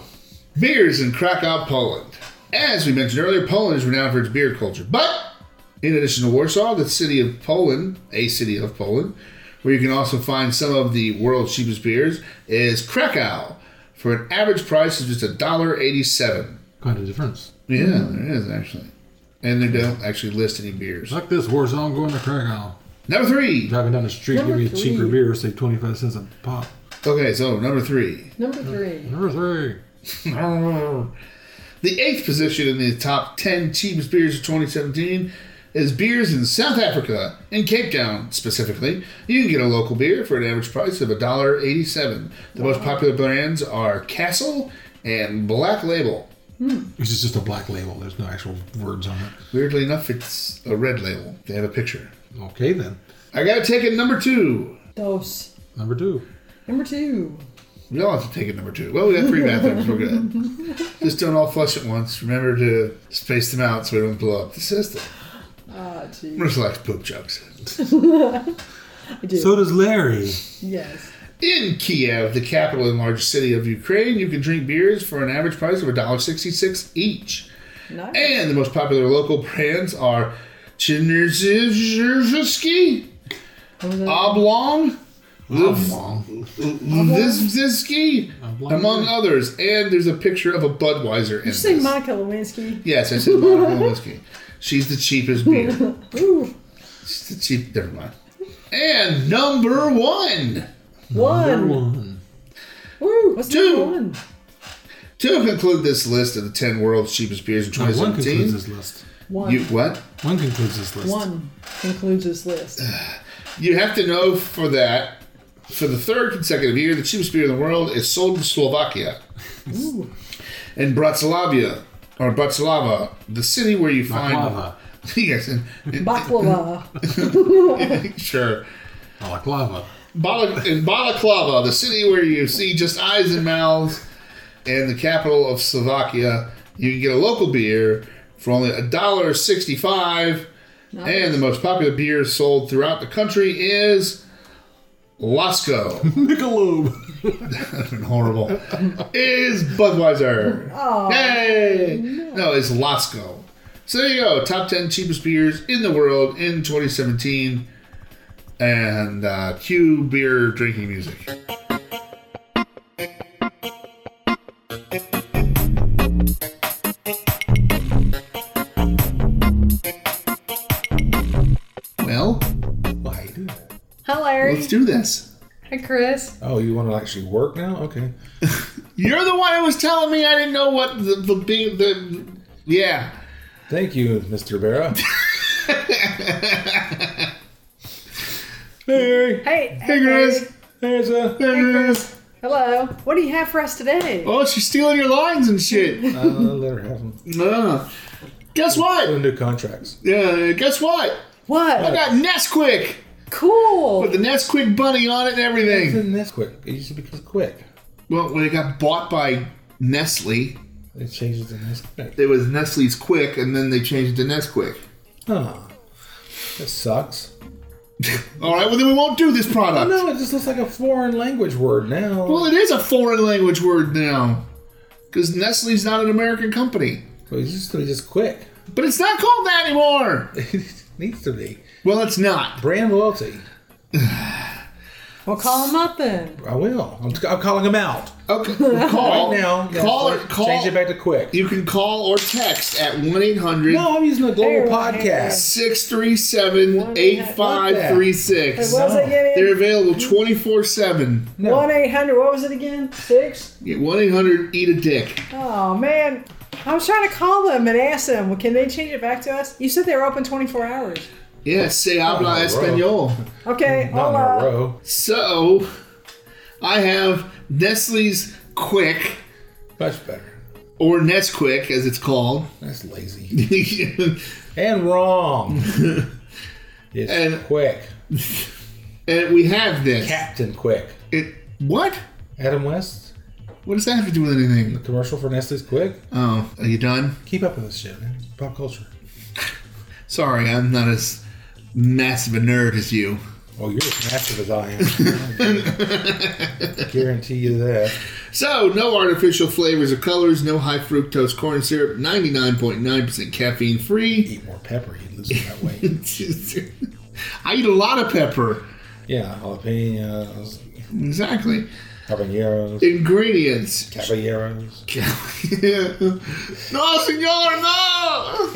D: Beers in Krakow, Poland. As we mentioned earlier, Poland is renowned for its beer culture. But in addition to Warsaw, the city of Poland, a city of Poland, where you can also find some of the world's cheapest beers, is Krakow for an average price of just a dollar eighty-seven.
E: Quite a difference.
D: Yeah, there is actually. And they don't actually list any beers.
E: Like this war zone going to Krakow.
D: Number three.
E: Driving down the street,
C: Number
E: give me a cheaper
C: three.
E: beer, say 25 cents a pop.
D: Okay, so number three.
C: Number three.
E: Number three.
D: The eighth position in the top 10 cheapest beers of 2017 is beers in South Africa, in Cape Town specifically. You can get a local beer for an average price of $1.87. The most popular brands are Castle and Black Label.
E: Which is just a black label. There's no actual words on it.
D: Weirdly enough, it's a red label. They have a picture.
E: Okay, then.
D: I gotta take it number two.
C: Dos.
E: Number two.
C: Number two.
D: We all have to take it number two. Well, we got three bathrooms. We're good. Just don't all flush at once. Remember to space them out so we don't blow up the system.
C: Ah, gee.
D: Much like poop jokes.
C: I do.
E: So does Larry.
C: yes.
D: In Kiev, the capital and largest city of Ukraine, you can drink beers for an average price of $1.66 each.
C: Nice.
D: And the most popular local brands are Chernizhevsky,
C: What was that?
D: Oblong,
E: Oblong.
D: Lizvsky,
E: Oblong.
D: among others. And there's a picture of a Budweiser in
C: Did you say
D: this.
C: Monica Lewinsky?
D: Yes, I said Monica Lewinsky. She's the cheapest beer.
C: Ooh.
D: She's the cheap. Never mind. And number one.
E: Number
C: One.
E: one.
C: Woo. What's
D: Two.
C: number one?
D: To conclude this list of the 10 world's cheapest beers in
E: Now, one
D: 2017.
E: concludes this list.
C: One.
D: You what?
E: One concludes this list.
C: One concludes this
D: Uh,
C: list.
D: You have to know for that. For the third consecutive year, the cheapest beer in the world is sold in Slovakia,
C: Ooh.
D: in Bratislava, or Bratislava, the city where you find.
E: Baklava.
D: yes, in, in-
C: Baklava.
D: uh, sure.
E: Baklava.
D: Bala, in Balaklava, the city where you see just eyes and mouths, and the capital of Slovakia, you can get a local beer for only a dollar sixty-five. And the most popular beer sold throughout the country is Lasco.
E: Michelob.
D: been horrible. is Budweiser.
C: Oh.
D: Yay! No. it's Lasco. So there you go. Top 10 cheapest beers in the world in 2017. And uh, cue beer drinking music. Well,
E: Well, how you do that?
C: Hi, Larry.
D: let's do this.
C: Hi, Chris.
E: Oh, you want to actually work now? Okay.
D: You're the one who was telling me I didn't know what the the be- the yeah.
E: Thank you, Mr. Vera. hey,
C: Hey.
D: Hey, Chris.
E: there's a.
D: Hey, Chris.
C: Hello. What do you have for us today?
D: Oh, she's stealing your lines and shit.
E: I'll let her have them.
D: Uh, guess what?
E: new contracts.
D: Yeah, guess what? I
C: What?
D: got Nesquik
C: Cool.
D: with the Nesquik bunny on it and everything.
E: Isn't this quick? It used to be quick.
D: Well, when it got bought by Nestle,
E: They changed it to this quick.
D: it was Nestle's Quick, and then they changed it to Nesquik.
E: Oh, this sucks.
D: All right, well then we won't do this product.
E: No, it just looks like a foreign language word now.
D: Well, it is a foreign language word now, because Nestle's not an American company.
E: But it's just, it's just quick.
D: But it's not called that anymore.
E: it needs to be.
D: Well, it's not.
E: Brand loyalty.
C: Well, call him up then.
E: I will. I'm, I'm calling him out
D: Okay, call
E: right now.
D: Call
E: Yeah,
D: or call.
E: Change it back to quick.
D: You can call or text at one 800
E: No, I'm using the
C: There,
E: global
C: there.
E: podcast.
D: 637 8536.
C: What was it
D: They're
C: again?
D: available 24 7.
E: No.
C: One eight hundred. What was it again? Six.
D: 1 800 Eat a Dick.
C: Oh man, I was trying to call them and ask them. Well, can they change it back to us? You said they were open twenty four hours.
D: Yeah, se habla
E: Oh,
D: español. Hmm,
C: Okay. uh,
E: Not in a
C: Hola.
E: row.
D: So, I have Nestle's Quick,
E: Much better.
D: or Nesquik as it's called.
E: That's lazy.
D: and
E: and wrong. it's
D: And-
E: quick.
D: we have this.
E: Captain Quick.
D: It, what?
E: Adam West,
D: What does that have to do with anything?
E: the commercial for Nestle's Quick.
D: Oh, are you done?
E: Keep up with this shit, man. Pop culture.
D: Sorry, I'm not as massive a nerd as you.
E: Oh, you're as massive as I am. Guarantee you that.
D: So, no artificial flavors or colors, no high fructose corn syrup, 99.9% caffeine free.
E: Eat more pepper, you lose that weight.
D: I eat a lot of pepper.
E: Yeah, jalapenos,
D: Exactly.
E: habaneros,
D: Ingredients.
E: caballeros.
D: no, senor, no!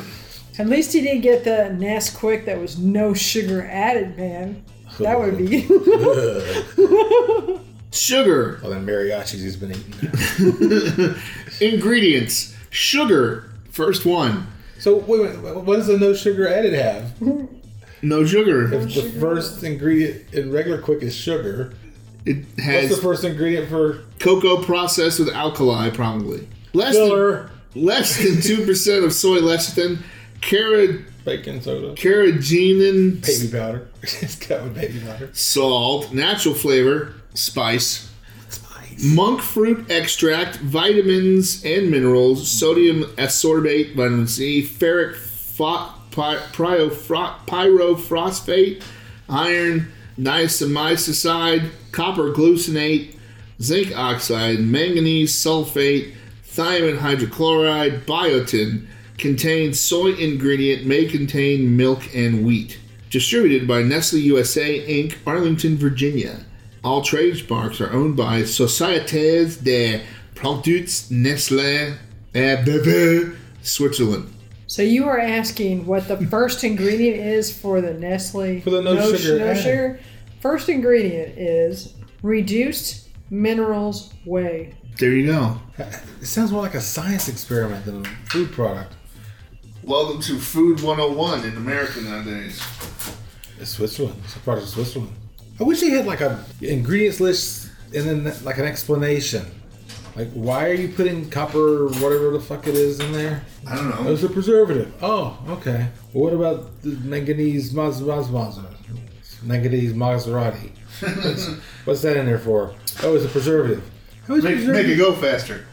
C: At least he didn't get the Nesquik that was no sugar added, man. That would be.
D: Sugar.
E: Well, then mariachis he's been eating.
D: Ingredients. Sugar. First one.
E: So, wait a minute. What does the no sugar added have?
D: No sugar.
E: If the first ingredient in regular Quick is sugar,
D: It
E: what's the
D: has
E: first ingredient for
D: cocoa processed with alkali, probably. Less than,
E: filler?
D: less than 2% of soy lecithin, cara-
E: Baking soda.
D: carrageenan,
E: Baby powder. it's got with baby powder.
D: salt, natural flavor, spice,
E: Spice.
D: monk fruit extract, vitamins and minerals, sodium ascorbate, vitamin C, ferric pho- pi- priofro- pyrophosphate, iron, niacinamide, copper glucinate, zinc oxide, manganese sulfate, thiamine hydrochloride, biotin. Contains soy ingredient, may contain milk and wheat. Distributed by Nestle USA Inc., Arlington, Virginia. All trademarks are owned by Sociétés des Products Nestlé et Bebe, Switzerland.
C: so you were asking what the first ingredient is for the Nestle
E: For the no sugar
C: no
E: added.
C: sugar. First ingredient is reduced minerals whey.
D: There you go.
E: It sounds more like a science experiment than a food product.
D: Welcome to Food 101 in America nowadays.
E: It's Switzerland. It's a product of Switzerland. I wish they had like a ingredients list and then like an explanation. Like why are you putting copper or whatever the fuck it is in there?
D: I don't
E: Oh, It's a preservative. Oh, okay. Well, what about the manganese mas mas mas manganese Maserati? What's- What's that in there for? Oh, it's a preservative. How is it
D: Make, make
E: preservative?
D: it go faster.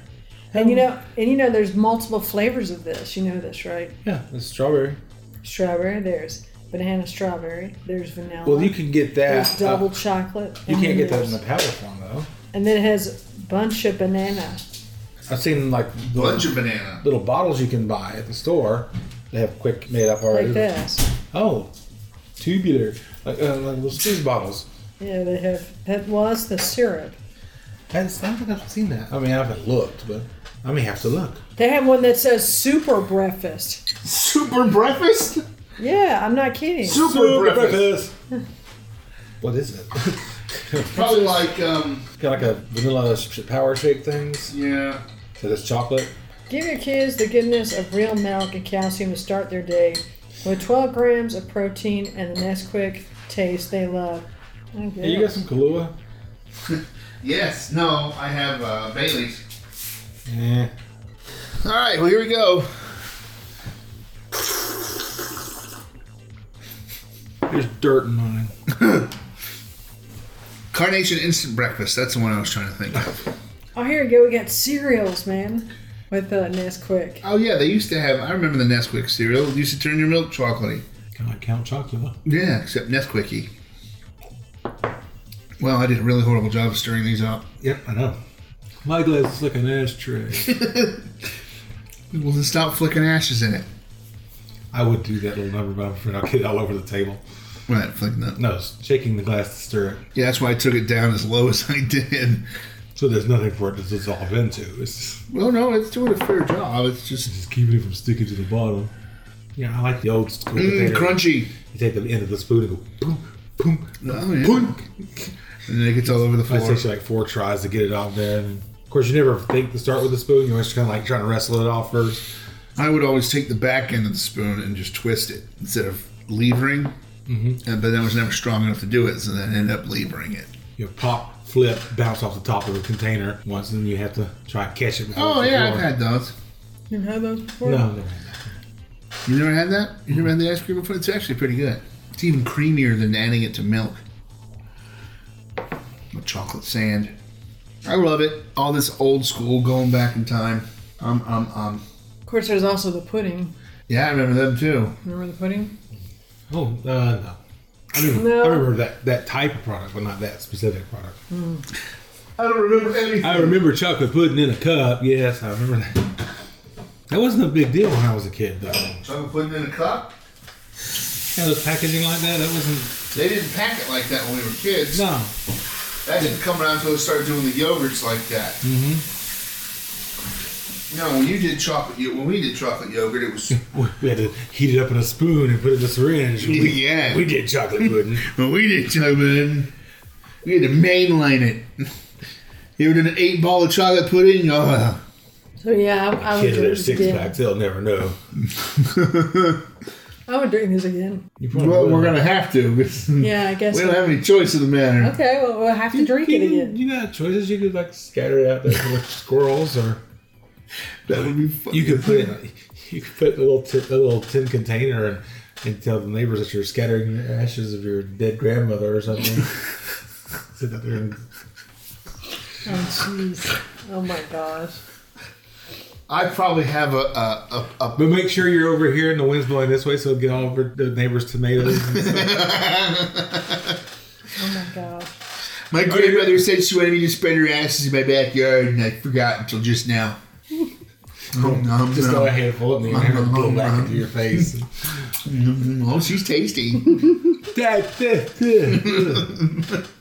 C: And you know, and you know, there's multiple flavors of this. You know this, right?
E: Yeah, it's strawberry.
C: Strawberry. There's banana strawberry. There's vanilla.
E: Well, you can get that.
C: there's double
E: uh,
C: chocolate.
E: you
C: and
E: can't get that in
C: there's-
E: the powder form though.
C: And then it has bunch of banana.
E: I've seen like the
D: Bunch of banana.
E: little bottles you can buy at the store. They have quick made up already.
C: Like this.
E: Oh, tubular, like, uh, like little squeeze bottles.
C: Yeah, they have that was the syrup.
E: That's, I don't think I've seen that. I mean, I haven't looked, but I may have to look.
C: They have one that says super breakfast.
D: Super breakfast?
C: Yeah, I'm not kidding.
D: Super, breakfast.
E: what is it?
D: Probably like, um,
E: Got like a vanilla sh- power shake things.
D: yeah.
E: So that's chocolate.
C: Give your kids the goodness of real milk and calcium to start their day with 12 grams of protein and the Nesquik taste they love. I
E: Hey, you got
C: guess.
E: some Kahlua?
D: Yes, no, I have uh, Bailey's.
E: Yeah.
D: All right, well, here we go.
E: There's dirt in mine.
D: Carnation instant breakfast. That's the one I was trying to think of.
C: Oh, here we go. We got cereals, man, with the Nesquik.
D: Oh, yeah, they used to have, I remember the Nesquik cereal. It used to turn your milk chocolatey.
E: Kind of Count Chocula.
D: Yeah, except Nesquiky. Well, I did a really horrible job of stirring these up.
E: Yep, I know. My glass is like an ashtray.
D: Well, then stop flicking ashes in it.
E: I would do that little number, but I'm afraid I'll get it all over the table.
D: Right, flicking that.
E: No, it's shaking the glass to stir it,
D: Yeah, that's why I took it down as low as I did.
E: so there's nothing for it to dissolve into. It's just,
D: Well, no, it's doing a fair job. It's just
E: just keeping it from sticking to the bottom. Yeah, I like the old school.
D: mm,
E: potato.
D: crunchy.
E: You take the end of the spoon and go boom, boom,
D: Oh, yeah.
E: boom.
D: And then it gets all over the
E: I
D: floor.
E: takes you like four tries to get it off there. And of course, you never think to start with the spoon. You're always kind of like trying to wrestle it off first.
D: I would always take the back end of the spoon and just twist it instead of levering. Mm-hmm. And, but I was never strong enough to do it, so then I ended up levering it.
E: you know, pop, flip, bounce off the top of the container once, and you have to try and catch it. Before
D: Oh,
E: it's
D: yeah,
E: gone.
D: I've had those.
C: You've had those before?
E: No, never had that.
D: You never had that? You never had the ice cream before? It's actually pretty good. It's even creamier than adding it to milk. With chocolate sand. I love it. All this old school going back in time. Um, um, um.
C: Of course, there's also the pudding.
D: Yeah, I remember them too.
C: Remember the pudding?
E: Oh, uh, no. I remember,
C: No.
E: I remember that, that type of product, but not that specific product.
D: I don't remember anything.
E: I remember chocolate pudding in a cup. Yes, I remember that. That wasn't a big deal when I was a kid, though. Kind
D: Chocolate pudding in a cup?
E: of packaging like that, that wasn't.
D: They didn't pack it like that when we were kids.
E: No.
D: That didn't come around until we started doing the yogurts like that. Mm-hmm. No, when you did chocolate, yo- when we did chocolate yogurt, it was
E: We- We had to heat it up in a spoon and put it in a syringe. We,
D: Yeah.
E: We did chocolate pudding.
D: when we did chocolate. We had to mainline it. You ever did an eight ball of chocolate pudding? Oh,
C: So, yeah, I, I would
E: Kids
C: do
E: and their
C: this
E: six
C: again.
E: packs, they'll never know.
C: I would drink this again.
E: You probably
D: well, we're
E: will.
D: gonna have to.
E: Hmm.
D: we
C: Yeah, I guess.
D: don't have any choice in the matter.
C: Okay, well, we'll have to drink it
E: You-
C: again.
E: You got choices. You could like scatter it out there for squirrels, or
D: That would be fun.
E: you could put it. You could put a little tin, a little tin container and, and tell the neighbors that you're scattering the ashes of your dead grandmother or something. Sit out there and
C: Oh, jeez. Oh, my gosh.
D: I probably have a a, a, a
E: But make sure you're over here and the wind's blowing this way, so it'll get all over the neighbors' tomatoes. and stuff.
C: Oh, my gosh.
D: My grandmother said she wanted me to spread her ashes in my backyard, and I forgot until just now. Nom, nom,
E: Just throw a
D: nom.
E: handful at me and have it blow back into your face.
D: Oh, she's tasty.
E: Dad, dad, dad.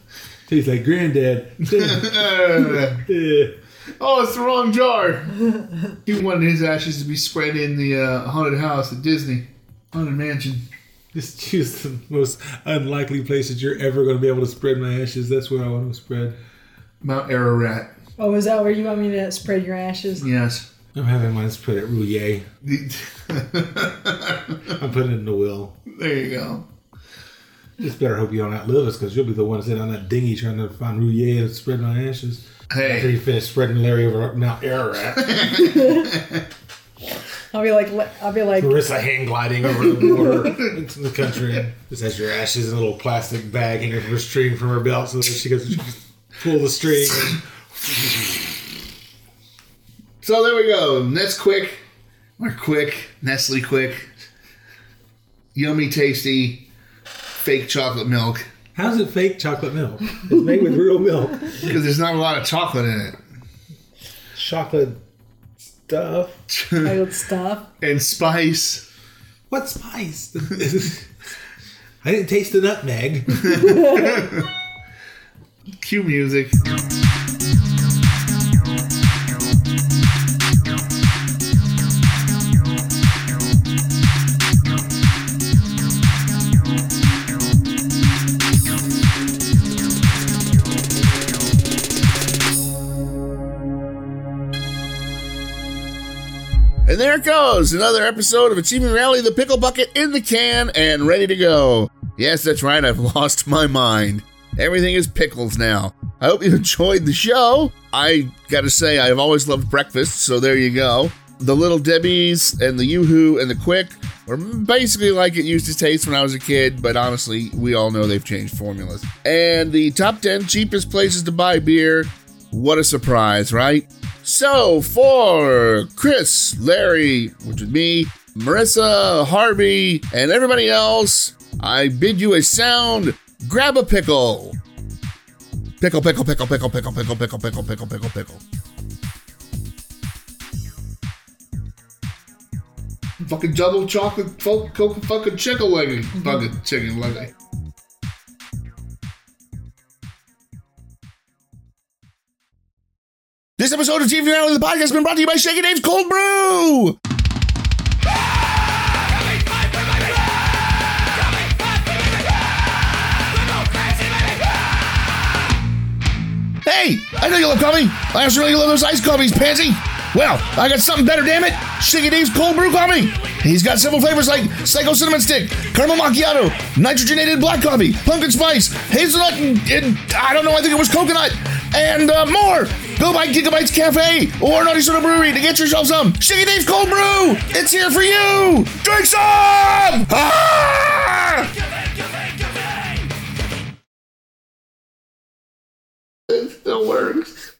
E: Tastes like granddad. Dad,
D: Uh,
E: dad.
D: oh, it's the wrong jar. He wanted his ashes to be spread in the uh, haunted house at Disney, haunted mansion.
E: Just choose the most unlikely place that you're ever going to be able to spread my ashes. That's where I want them spread.
D: Mount Ararat.
C: Oh, is that where you want me to spread your ashes?
D: Yes.
E: I'm having mine spread at Rouillet.
D: The-
E: I'm putting it in the will.
D: there you go.
E: Just better hope you don't outlive us because you'll be the one sitting on that dinghy trying to find Rouillet and spread my ashes. After
D: Hey,
E: you finish spreading Larry over Mount Ararat,
C: I'll be like, le- I'll be like,
E: Marissa hang gliding over the border into the country. Just has your ashes in a little plastic bag hanging from a string from her belt so that she goes pull the string.
D: so there we go. That's quick. We're quick. Nestle quick. Yummy, tasty, fake chocolate milk.
E: How's it fake chocolate milk? It's made with real milk.
D: Because there's not a lot of chocolate in it.
E: chocolate stuff.
C: titled stuff.
D: and spice.
E: What spice? I didn't taste the nutmeg.
D: Cue music. And there it goes, another episode of Achievement Rally, the pickle bucket in the can and ready to go. Yes, that's right, I've lost my mind. Everything is pickles now. I hope you enjoyed the show. I gotta say, I've always loved breakfast, so there you go. The Little Debbie's and the Yoo-Hoo and the Quick are basically like it used to taste when I was a kid, but honestly, we all know they've changed formulas. And the top 10 cheapest places to buy beer. What a surprise, right? So for Chris, Larry, which is me, Marissa, Harvey, and everybody else, I bid you a sound grab a pickle. Pickle, pickle, pickle, pickle, pickle, pickle, pickle, pickle, pickle, pickle, pickle. Fucking double chocolate folk, coke, fucking chicken wing, fucking chicken wing. This episode of TV Alley the podcast has been brought to you by Shaky Dave's Cold Brew. Hey, I know you love coffee. I also really love those iced coffees, Pansy. Well, I got something better, damn it. Shaky Dave's Cold Brew Coffee. He's got several flavors like Psycho Cinnamon Stick, Caramel Macchiato, Nitrogenated Black Coffee, Pumpkin Spice, Hazelnut, and, and I don't know, I think it was coconut, and uh, more. Go by Gigabytes Cafe or Naughty Soda Brewery to get yourself some Shaky Dave's Cold Brew. It's here for you. Drink some! Ah!